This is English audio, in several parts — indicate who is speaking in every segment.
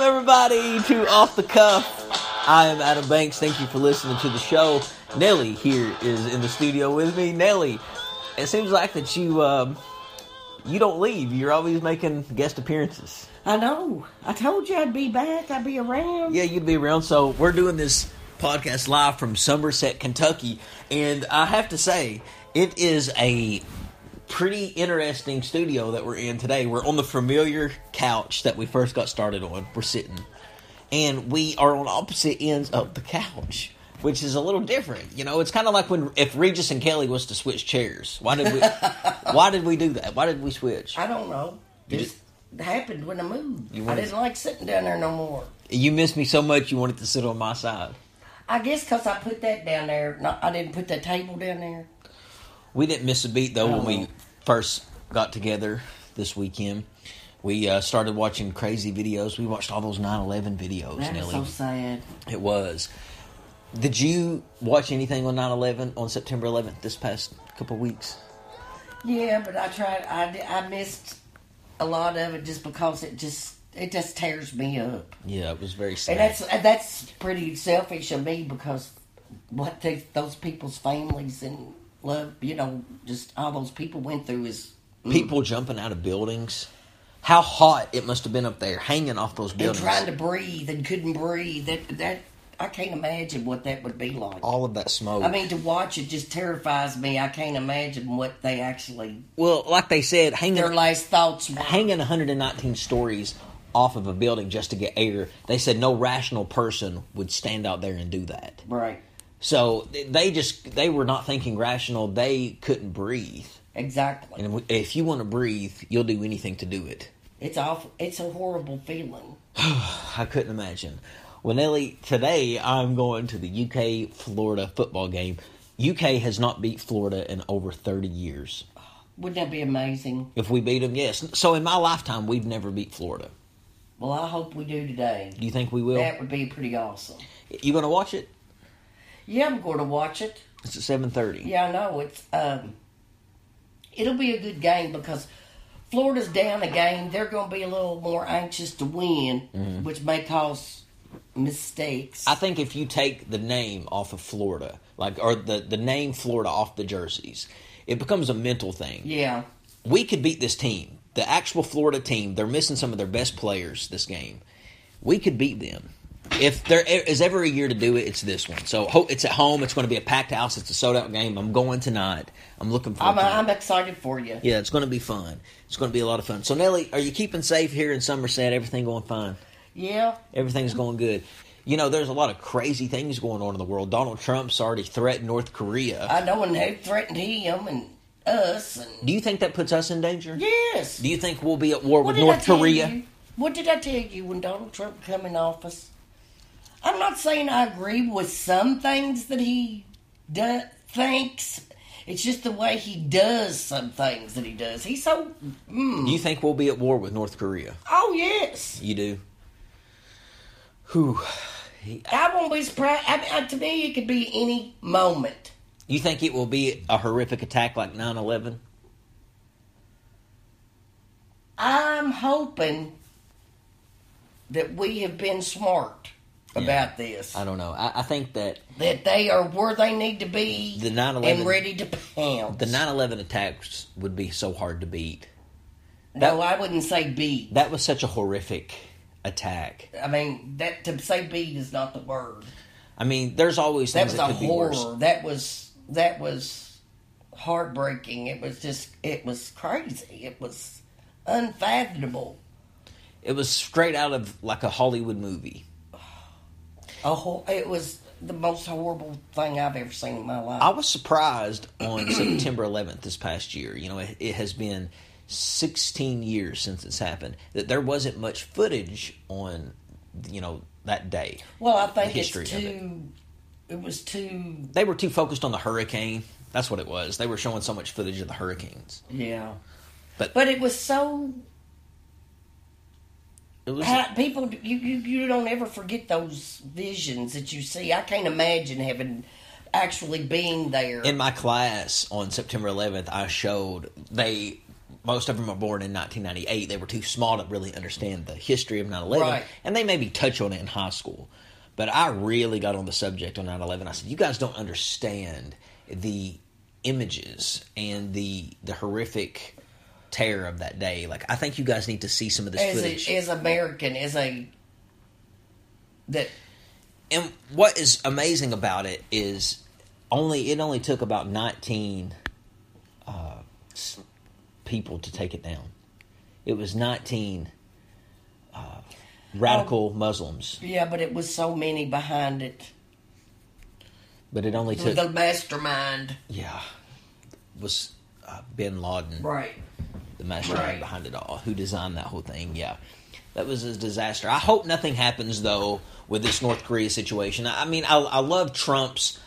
Speaker 1: everybody to Off the Cuff. I am Adam Banks. Thank you for listening to the show. Nelly here is in the studio with me. Nelly, it seems like that you um, you don't leave. You're always making guest appearances.
Speaker 2: I know. I told you I'd be back. I'd be around.
Speaker 1: Yeah, you'd be around. So we're doing this podcast live from Somerset, Kentucky, and I have to say it is a pretty interesting studio that we're in today. We're on the familiar couch that we first got started on. We're sitting, and we are on opposite ends of the couch, which is a little different. You know, it's kind of like when if Regis and Kelly was to switch chairs. Why did we? why did we do that? Why did we switch?
Speaker 2: I don't know. This happened when I moved.
Speaker 1: You
Speaker 2: I
Speaker 1: wanted-
Speaker 2: didn't like sitting down there no more.
Speaker 1: You missed me so much. You wanted to sit on my side.
Speaker 2: I guess because I put that down there. Not, I didn't put that table down there.
Speaker 1: We didn't miss a beat though when we
Speaker 2: Oh.
Speaker 1: first got together this weekend. We uh, started watching crazy videos. We watched all those 9/11 videos,
Speaker 2: That is
Speaker 1: Nelly.
Speaker 2: so sad.
Speaker 1: It was. Did you watch anything on 9/11 on September 11th this past couple weeks?
Speaker 2: Yeah, but I tried. I, di- I missed a lot of it just because it just it just tears me up.
Speaker 1: Yeah, it was very sad.
Speaker 2: And that's and that's pretty selfish of me because what they, those people's families and love, you know, just all those people went through is
Speaker 1: People jumping out of buildings. How hot it must have been up there, hanging off those
Speaker 2: and
Speaker 1: buildings.
Speaker 2: trying to breathe and couldn't breathe. That that I can't imagine what that would be like.
Speaker 1: all of that smoke.
Speaker 2: I mean, to watch it just terrifies me. I can't imagine what they actually
Speaker 1: well, like they said, hanging
Speaker 2: their last thoughts were.
Speaker 1: hanging 119 stories off of a building just to get air. They said no rational person would stand out there and do that.
Speaker 2: Right.
Speaker 1: So th- they just they were not thinking rational. They couldn't breathe.
Speaker 2: Exactly.
Speaker 1: And w- if you want to breathe, you'll do anything to do it.
Speaker 2: It's awful. It's a horrible feeling.
Speaker 1: I couldn't imagine. Well, Nelly, today I'm going to the UK Florida football game. UK has not beat Florida in over 30 years.
Speaker 2: Wouldn't that be amazing?
Speaker 1: If we beat them, yes. So in my lifetime, we've never beat Florida.
Speaker 2: Well, I hope we do today.
Speaker 1: Do you think we will?
Speaker 2: That would be pretty awesome.
Speaker 1: You going to watch it?
Speaker 2: Yeah, I'm going to watch it.
Speaker 1: It's at 7:30.
Speaker 2: Yeah, I know it's. Um, it'll be a good game because Florida's down a game. They're going to be a little more anxious to win, which may cause mistakes.
Speaker 1: Mm-hmm. I think if you take the name off of Florida, like or the the name Florida off the jerseys, it becomes a mental thing.
Speaker 2: yeah,
Speaker 1: We could beat this team. The actual Florida team, they're missing some of their best players this game. We could beat them. If there e, is ever a year to do it, it's this one. So ho- it's at home. It's going to be a packed house. It's a sold out game. I'm going tonight. I'm looking forward
Speaker 2: I'm.
Speaker 1: to it.
Speaker 2: I'm excited for you.
Speaker 1: yeah, it's going to be fun. It's going to be a lot of fun. So Nelly, are you keeping safe here in Somerset? Everything going fine?
Speaker 2: Yeah,
Speaker 1: Everything's going good. You know, there's a lot of crazy things going on in the world. Donald Trump's already threatened North Korea.
Speaker 2: I know, and they threatened him and us. And
Speaker 1: Do you think that puts us in danger?
Speaker 2: yes,
Speaker 1: Do you think we'll be at war
Speaker 2: What
Speaker 1: with
Speaker 2: did I
Speaker 1: North
Speaker 2: tell
Speaker 1: Korea?
Speaker 2: you? What did I tell you when Donald Trump come in office? I'm not saying I agree with some things that he do- thinks. It's just the way he does some things that he does. He's so. Mm,
Speaker 1: Do you think we'll be at war with North Korea?
Speaker 2: oh yes,
Speaker 1: You do? Whew.
Speaker 2: I won't be surprised. I, I, to me, it could be any moment.
Speaker 1: You think it will be a horrific attack like 9 11?
Speaker 2: I'm hoping that we have been smart about this.
Speaker 1: I don't know. I, I think that
Speaker 2: That they are where they need to be
Speaker 1: The 9/11
Speaker 2: and ready to pounce.
Speaker 1: the 9 11 attacks would be so hard to beat.
Speaker 2: No, I wouldn't say beat.
Speaker 1: That was such a horrific attack.
Speaker 2: I mean, that to say beat is not the word.
Speaker 1: I mean, there's always
Speaker 2: That
Speaker 1: things
Speaker 2: was
Speaker 1: that,
Speaker 2: a
Speaker 1: could be worse.
Speaker 2: horror. That was that was heartbreaking. It was just it was crazy. It was unfathomable.
Speaker 1: It was straight out of like a Hollywood movie.
Speaker 2: A whole, it was the most horrible thing I've ever seen in my life.
Speaker 1: I was surprised on September 11th this past year. You know, it, it has been 16 years since it's happened that there wasn't much footage on, you know, that day.
Speaker 2: well, I think
Speaker 1: the
Speaker 2: it's
Speaker 1: history of it.
Speaker 2: too. It was too.
Speaker 1: They were too focused on the hurricane. That's what it was. They were showing so much footage of the hurricanes.
Speaker 2: Yeah.
Speaker 1: But-
Speaker 2: but it was so
Speaker 1: It was
Speaker 2: How, people, you, you you don't ever forget those visions that you see. I can't imagine having actually being there.
Speaker 1: in my class on September 11th. I showed they most of them are born in 1998. They were too small to really understand the history of 9/11,
Speaker 2: Right.
Speaker 1: and they maybe touch on it in high school. But I really got on the subject on 9/11. I said, "You guys don't understand the images and the the horrific terror of that day. Like, I think you guys need to see some of this
Speaker 2: as
Speaker 1: footage."
Speaker 2: a, as American, as a that
Speaker 1: and what is amazing about it is only it only took about 19 uh, s- people to take it down it was 19 uh, radical muslims
Speaker 2: yeah, but it was so many behind it.
Speaker 1: but it only took
Speaker 2: The mastermind,
Speaker 1: yeah was uh, bin laden
Speaker 2: right?
Speaker 1: the mastermind
Speaker 2: Right.
Speaker 1: behind it all, who designed that whole thing. Yeah, that was a disaster. I hope nothing happens though with this North Korea situation. I I mean, I, I love Trump's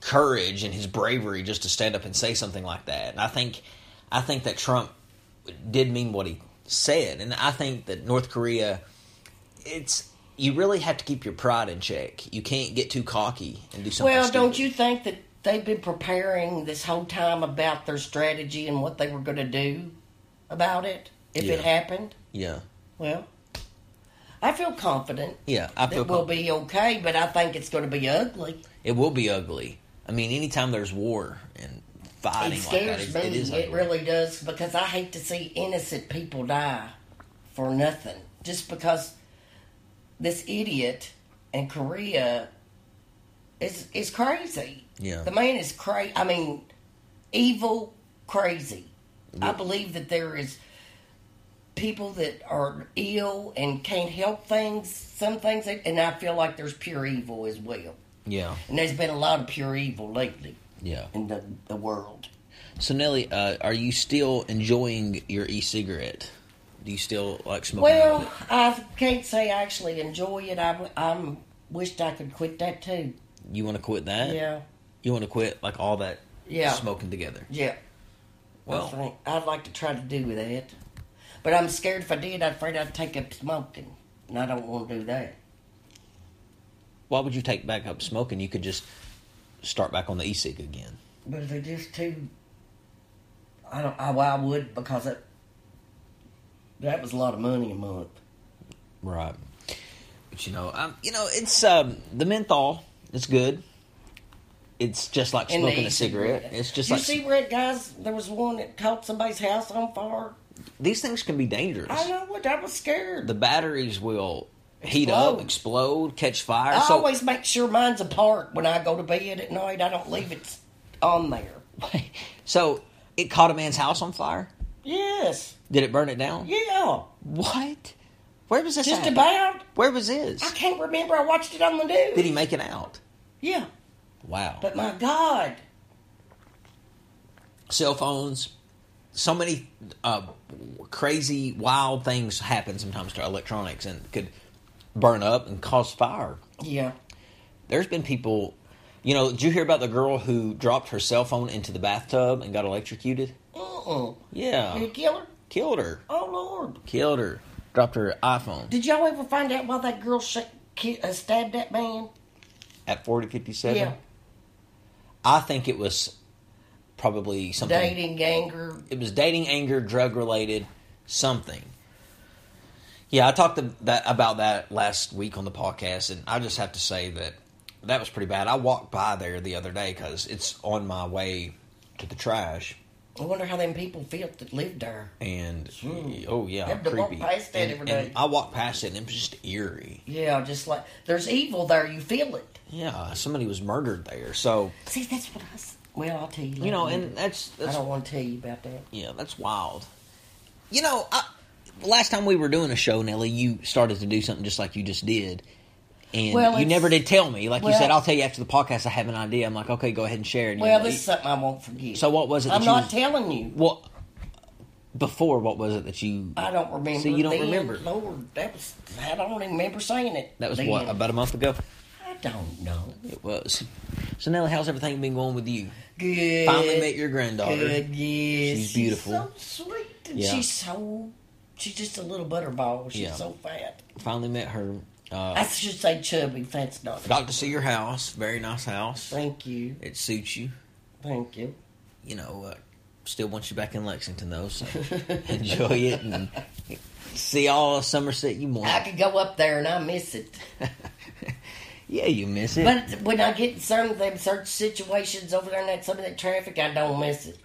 Speaker 1: courage and his bravery just to stand up and say something like that. And I think, I think that Trump did mean what he said, and I think that North Korea, it's. You really have to keep your pride in check. You can't get too cocky and do something.
Speaker 2: Well, don't
Speaker 1: stupid.
Speaker 2: you think that they've been preparing this whole time about their strategy and what they were going to do about it if it
Speaker 1: Yeah.
Speaker 2: happened?
Speaker 1: Yeah,
Speaker 2: Well, I feel confident
Speaker 1: yeah. I feel
Speaker 2: it will
Speaker 1: com-
Speaker 2: be okay, but I think it's going to be ugly.
Speaker 1: It will be ugly. I mean, anytime there's war and
Speaker 2: It
Speaker 1: fighting like that,
Speaker 2: scares
Speaker 1: it's-
Speaker 2: me.
Speaker 1: it is.
Speaker 2: It,
Speaker 1: ugly.
Speaker 2: really does because I hate to see innocent people die for nothing just because this idiot in Korea is is crazy.
Speaker 1: Yeah.
Speaker 2: the man is crazy. I mean, evil, crazy. I believe that there is people that are ill and can't help things, some things, and I feel like there's pure evil as well.
Speaker 1: Yeah,
Speaker 2: And there's been a lot of pure evil lately
Speaker 1: yeah.
Speaker 2: in the, the world.
Speaker 1: So Nelly, uh, are you still enjoying your e-cigarette? Do you still like smoking?
Speaker 2: Well, I can't say I actually enjoy it. I am wished I could quit that too.
Speaker 1: you want to quit that?
Speaker 2: Yeah,
Speaker 1: You want to quit like all that?
Speaker 2: Yeah.
Speaker 1: Smoking together.
Speaker 2: yeah. I
Speaker 1: Well,
Speaker 2: think I'd like to try to do that, but I'm scared if I did, I'm afraid I'd take up smoking, and I don't want to do that.
Speaker 1: why would you take back up smoking? You could just start back on the e-cig again.
Speaker 2: But they're just too. I don't. I, well, I would because it. That was a lot of money a month.
Speaker 1: Right. But you know, um, you know, it's um, the menthol. It's good. It's just like
Speaker 2: And the
Speaker 1: smoking a cigarette.
Speaker 2: e-cigarette.
Speaker 1: It's just
Speaker 2: you
Speaker 1: like
Speaker 2: see red guys. There was one that caught somebody's house on fire.
Speaker 1: these things can be dangerous.
Speaker 2: I know what. I was scared.
Speaker 1: the batteries will heat
Speaker 2: Explode.
Speaker 1: up, explode, catch fire.
Speaker 2: I
Speaker 1: so
Speaker 2: always make sure mine's apart when I go to bed at night. I don't leave it on there.
Speaker 1: so it caught a man's house on fire.
Speaker 2: Yes.
Speaker 1: Did it burn it down?
Speaker 2: Yeah.
Speaker 1: What? Where was this?
Speaker 2: Just
Speaker 1: at?
Speaker 2: about.
Speaker 1: Where was this?
Speaker 2: I can't remember. I watched it on the news.
Speaker 1: Did he make it out?
Speaker 2: Yeah.
Speaker 1: Wow.
Speaker 2: But my God.
Speaker 1: Cell phones. So many uh, crazy, wild things happen sometimes to electronics and could burn up and cause fire.
Speaker 2: Yeah.
Speaker 1: There's been people, you know. Did you hear about the girl who dropped her cell phone into the bathtub and got electrocuted?
Speaker 2: Uh-uh.
Speaker 1: Yeah,
Speaker 2: You kill her?
Speaker 1: killed her.
Speaker 2: Oh, Lord.
Speaker 1: killed her, dropped her iPhone
Speaker 2: Did y'all ever find out why that girl sh- ki- uh, stabbed that man?
Speaker 1: at 4057.
Speaker 2: Yeah.
Speaker 1: I think it was probably something.
Speaker 2: Dating, anger.
Speaker 1: It was dating, anger, drug related, something. Yeah, I talked to that, about that last week on the podcast, and I just have to say that that was pretty bad. I walked by there the other day because it's on my way to the trash,
Speaker 2: I wonder how them people felt that lived there.
Speaker 1: and oh yeah,
Speaker 2: Have Hmm. to walk
Speaker 1: creepy.
Speaker 2: past that
Speaker 1: and,
Speaker 2: every
Speaker 1: and
Speaker 2: day.
Speaker 1: I walked past it, and it was just eerie.
Speaker 2: Yeah, just like there's evil there. You feel it.
Speaker 1: Yeah, somebody was murdered there, so
Speaker 2: See, that's what I. s- Well, I'll tell you.
Speaker 1: you know,
Speaker 2: later.
Speaker 1: and that's
Speaker 2: I
Speaker 1: that's
Speaker 2: don't want to tell you about that.
Speaker 1: Yeah, that's wild. You know, I, last time we were doing a show, Nelly, you started to do something just like you just did. And
Speaker 2: Well,
Speaker 1: you
Speaker 2: it's-
Speaker 1: never did tell me. Like you said,
Speaker 2: well-
Speaker 1: I'll tell you after the podcast, I have an idea. I'm like, okay, go ahead and share it.
Speaker 2: Well,
Speaker 1: You-
Speaker 2: this is something I won't forget.
Speaker 1: so what was it that
Speaker 2: I'm
Speaker 1: you
Speaker 2: not
Speaker 1: was-
Speaker 2: telling you.
Speaker 1: Well, before, what was it that you.
Speaker 2: I don't remember.
Speaker 1: So you don't
Speaker 2: then.
Speaker 1: remember.
Speaker 2: Lord, that was. I don't even remember saying it.
Speaker 1: That was
Speaker 2: then.
Speaker 1: what, about a month ago?
Speaker 2: I don't know.
Speaker 1: It was. So, Nelly, how's everything been going with you?
Speaker 2: Good.
Speaker 1: Finally met your granddaughter.
Speaker 2: Good. Yes.
Speaker 1: She's beautiful.
Speaker 2: so sweet. And
Speaker 1: Yeah.
Speaker 2: She's so. She's just a little butterball. She's
Speaker 1: Yeah.
Speaker 2: so fat.
Speaker 1: Finally met her. Uh,
Speaker 2: I should say chubby. That's not.
Speaker 1: got to see your house. Very nice house.
Speaker 2: Thank you.
Speaker 1: It suits you.
Speaker 2: Thank you.
Speaker 1: you know, uh, still want you back in Lexington though. So enjoy it and see all Somerset you
Speaker 2: I
Speaker 1: want.
Speaker 2: could go up there and I miss it.
Speaker 1: Yeah, you miss it.
Speaker 2: But when I get in some of them search situations over there in that some of that traffic, I don't miss it.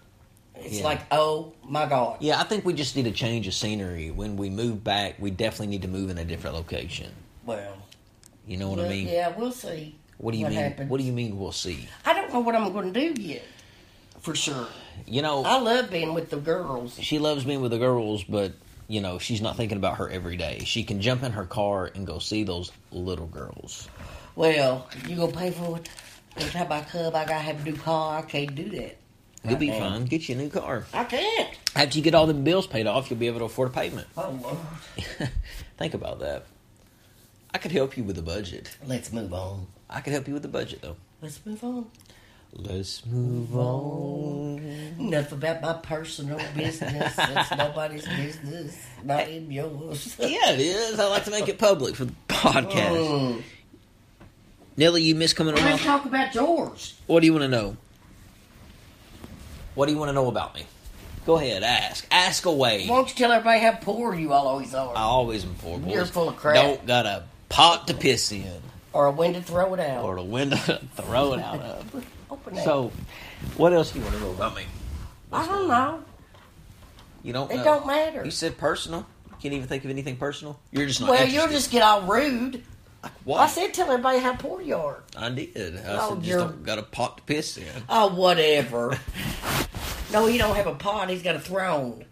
Speaker 2: It's
Speaker 1: Yeah.
Speaker 2: like, oh my god.
Speaker 1: yeah, I think we just need a change of scenery. When we move back, we definitely need to move in a different location.
Speaker 2: Well,
Speaker 1: You know what I
Speaker 2: well,
Speaker 1: mean?
Speaker 2: yeah, we'll see.
Speaker 1: What do you mean?
Speaker 2: happens.
Speaker 1: What do you mean? We'll see.
Speaker 2: I don't know what I'm going to do yet. For sure,
Speaker 1: You know,
Speaker 2: I love being with the girls.
Speaker 1: she loves being with the girls, but you know, she's not thinking about her every day. She can jump in her car and go see those little girls.
Speaker 2: Well, you gonna pay for it? Every time I come, I gotta have a new car. I can't do that.
Speaker 1: You'll be
Speaker 2: Okay.
Speaker 1: fine. Get you a new car.
Speaker 2: I can't.
Speaker 1: After you get all the bills paid off, you'll be able to afford a payment.
Speaker 2: Oh Lord.
Speaker 1: Think about that. I could help you with the budget.
Speaker 2: Let's move on.
Speaker 1: I could help you with the budget though.
Speaker 2: Let's move on.
Speaker 1: Let's move on.
Speaker 2: Enough about my personal business. That's nobody's business. Not even yours.
Speaker 1: Yeah, it is. I like to make it public for the podcast.
Speaker 2: Mm.
Speaker 1: Nelly, you miss coming on.
Speaker 2: Let's talk about yours.
Speaker 1: What do you want to know? What do you want to know about me? Go ahead, ask. Ask away.
Speaker 2: Why don't you tell everybody how poor you all always
Speaker 1: I
Speaker 2: are,
Speaker 1: always am poor.
Speaker 2: You're
Speaker 1: boys.
Speaker 2: full of crap.
Speaker 1: Don't got a pot to piss in
Speaker 2: or when to throw it out.
Speaker 1: or the window to throw it out of.
Speaker 2: Open it.
Speaker 1: So, what else do you want to know about me?
Speaker 2: I don't know.
Speaker 1: You don't.
Speaker 2: It
Speaker 1: know.
Speaker 2: don't matter.
Speaker 1: You said personal. You can't even think of anything personal. You're just not.
Speaker 2: well,
Speaker 1: interested.
Speaker 2: you'll just get all rude.
Speaker 1: What?
Speaker 2: I said, tell everybody how poor you are.
Speaker 1: I did. I
Speaker 2: Oh,
Speaker 1: said, just
Speaker 2: you're-
Speaker 1: don't got a pot to piss in.
Speaker 2: Oh, whatever. no, he don't have a pot. He's got a throne.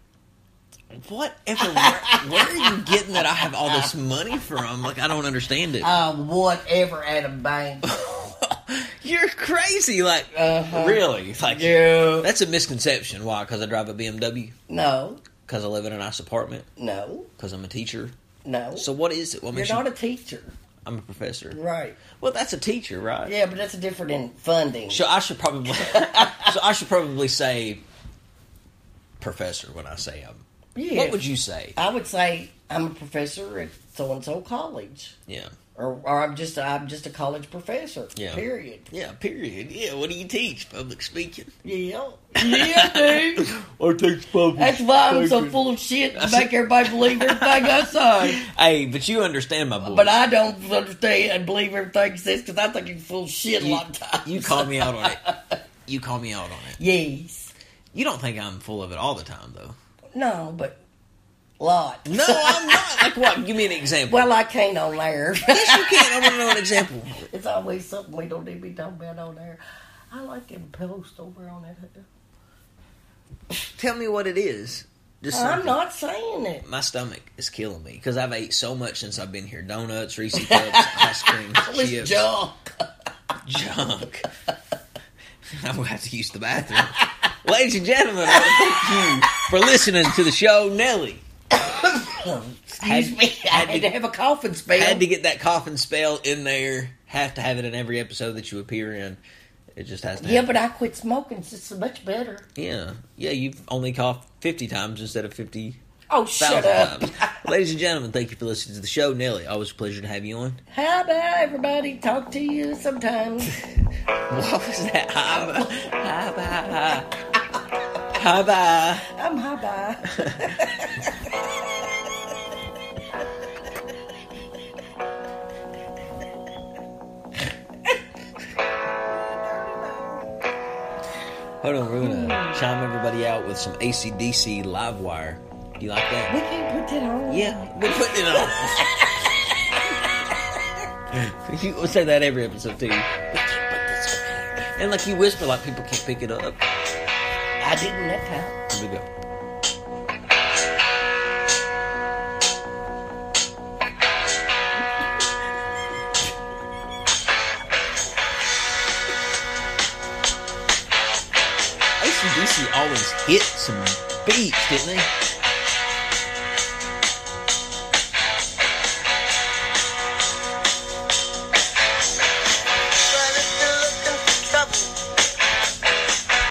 Speaker 1: Whatever. Where, where are you getting that I have all this money from? Like I don't understand it.
Speaker 2: Uh, whatever, Adam Banks.
Speaker 1: You're crazy. Like,
Speaker 2: Uh-huh.
Speaker 1: really? Like,
Speaker 2: yeah.
Speaker 1: that's a misconception. Why? Because I drive a BMW?
Speaker 2: No,
Speaker 1: Because I live in a nice apartment?
Speaker 2: no,
Speaker 1: Because I'm a teacher?
Speaker 2: no.
Speaker 1: So, what is it? What
Speaker 2: You're
Speaker 1: makes you-
Speaker 2: not a teacher.
Speaker 1: I'm a professor.
Speaker 2: Right.
Speaker 1: Well, that's a teacher, right?
Speaker 2: Yeah, but that's different in funding.
Speaker 1: So, I should probably. so, I should probably say professor when I say I'm.
Speaker 2: Yeah.
Speaker 1: What would you say?
Speaker 2: I would say I'm a professor at so and so college,
Speaker 1: Yeah.
Speaker 2: or, or I'm just I'm just a college professor.
Speaker 1: Yeah.
Speaker 2: Period.
Speaker 1: Yeah, period. Yeah, what do you teach? Public speaking.
Speaker 2: Yeah. Yeah, dude.
Speaker 1: I teach public
Speaker 2: That's why I'm so full of shit to make everybody believe everything I say.
Speaker 1: Hey, but you understand my boy.
Speaker 2: But I don't understand and believe everything he says because I think he's full of shit a
Speaker 1: you,
Speaker 2: lot of times.
Speaker 1: you call me out on it. You call me out on it.
Speaker 2: Yes.
Speaker 1: You don't think I'm full of it all the time, though.
Speaker 2: No, but lot.
Speaker 1: No, I'm not. Like what? Give me an example.
Speaker 2: Well, I can't on there.
Speaker 1: yes, you can. I want to know an example.
Speaker 2: it's always something we don't need to be talking about on there. I like them posts over on that.
Speaker 1: Tell me what it is. Just
Speaker 2: I'm
Speaker 1: something.
Speaker 2: not saying it.
Speaker 1: My stomach is killing me because I've ate so much since I've been here: donuts, Reese cups, ice cream,
Speaker 2: It was
Speaker 1: chips,
Speaker 2: junk.
Speaker 1: junk. I'm gonna have to use the bathroom. Ladies and gentlemen, I want to thank you for listening to the show, Nelly.
Speaker 2: Excuse
Speaker 1: Had-
Speaker 2: me.
Speaker 1: had
Speaker 2: I had
Speaker 1: to-
Speaker 2: to have a coughing spell.
Speaker 1: had to get that coffin spell in there. Have to have it in every episode that you appear in. It just has to.
Speaker 2: yeah,
Speaker 1: happen.
Speaker 2: but I quit smoking. It's just much better.
Speaker 1: yeah, yeah. You've only coughed fifty times instead of fifty
Speaker 2: Oh, shut up.
Speaker 1: thousand times. Ladies and gentlemen, thank you for listening to the show, Nelly. Always a pleasure to have you on.
Speaker 2: How about everybody talk to you sometime?
Speaker 1: What was that? Hi bye, hi bye, hi bye.
Speaker 2: I'm high bye.
Speaker 1: Hold on, we're gonna chime everybody out with some ACDC live wire. Do you like that?
Speaker 2: We can't put that on.
Speaker 1: Yeah, we're putting it on. you will say that every episode too. We can't put this on air. And like you whisper, like people can't pick it up.
Speaker 2: I didn't that time.
Speaker 1: Here we go. ACDC always hit some beats, didn't they?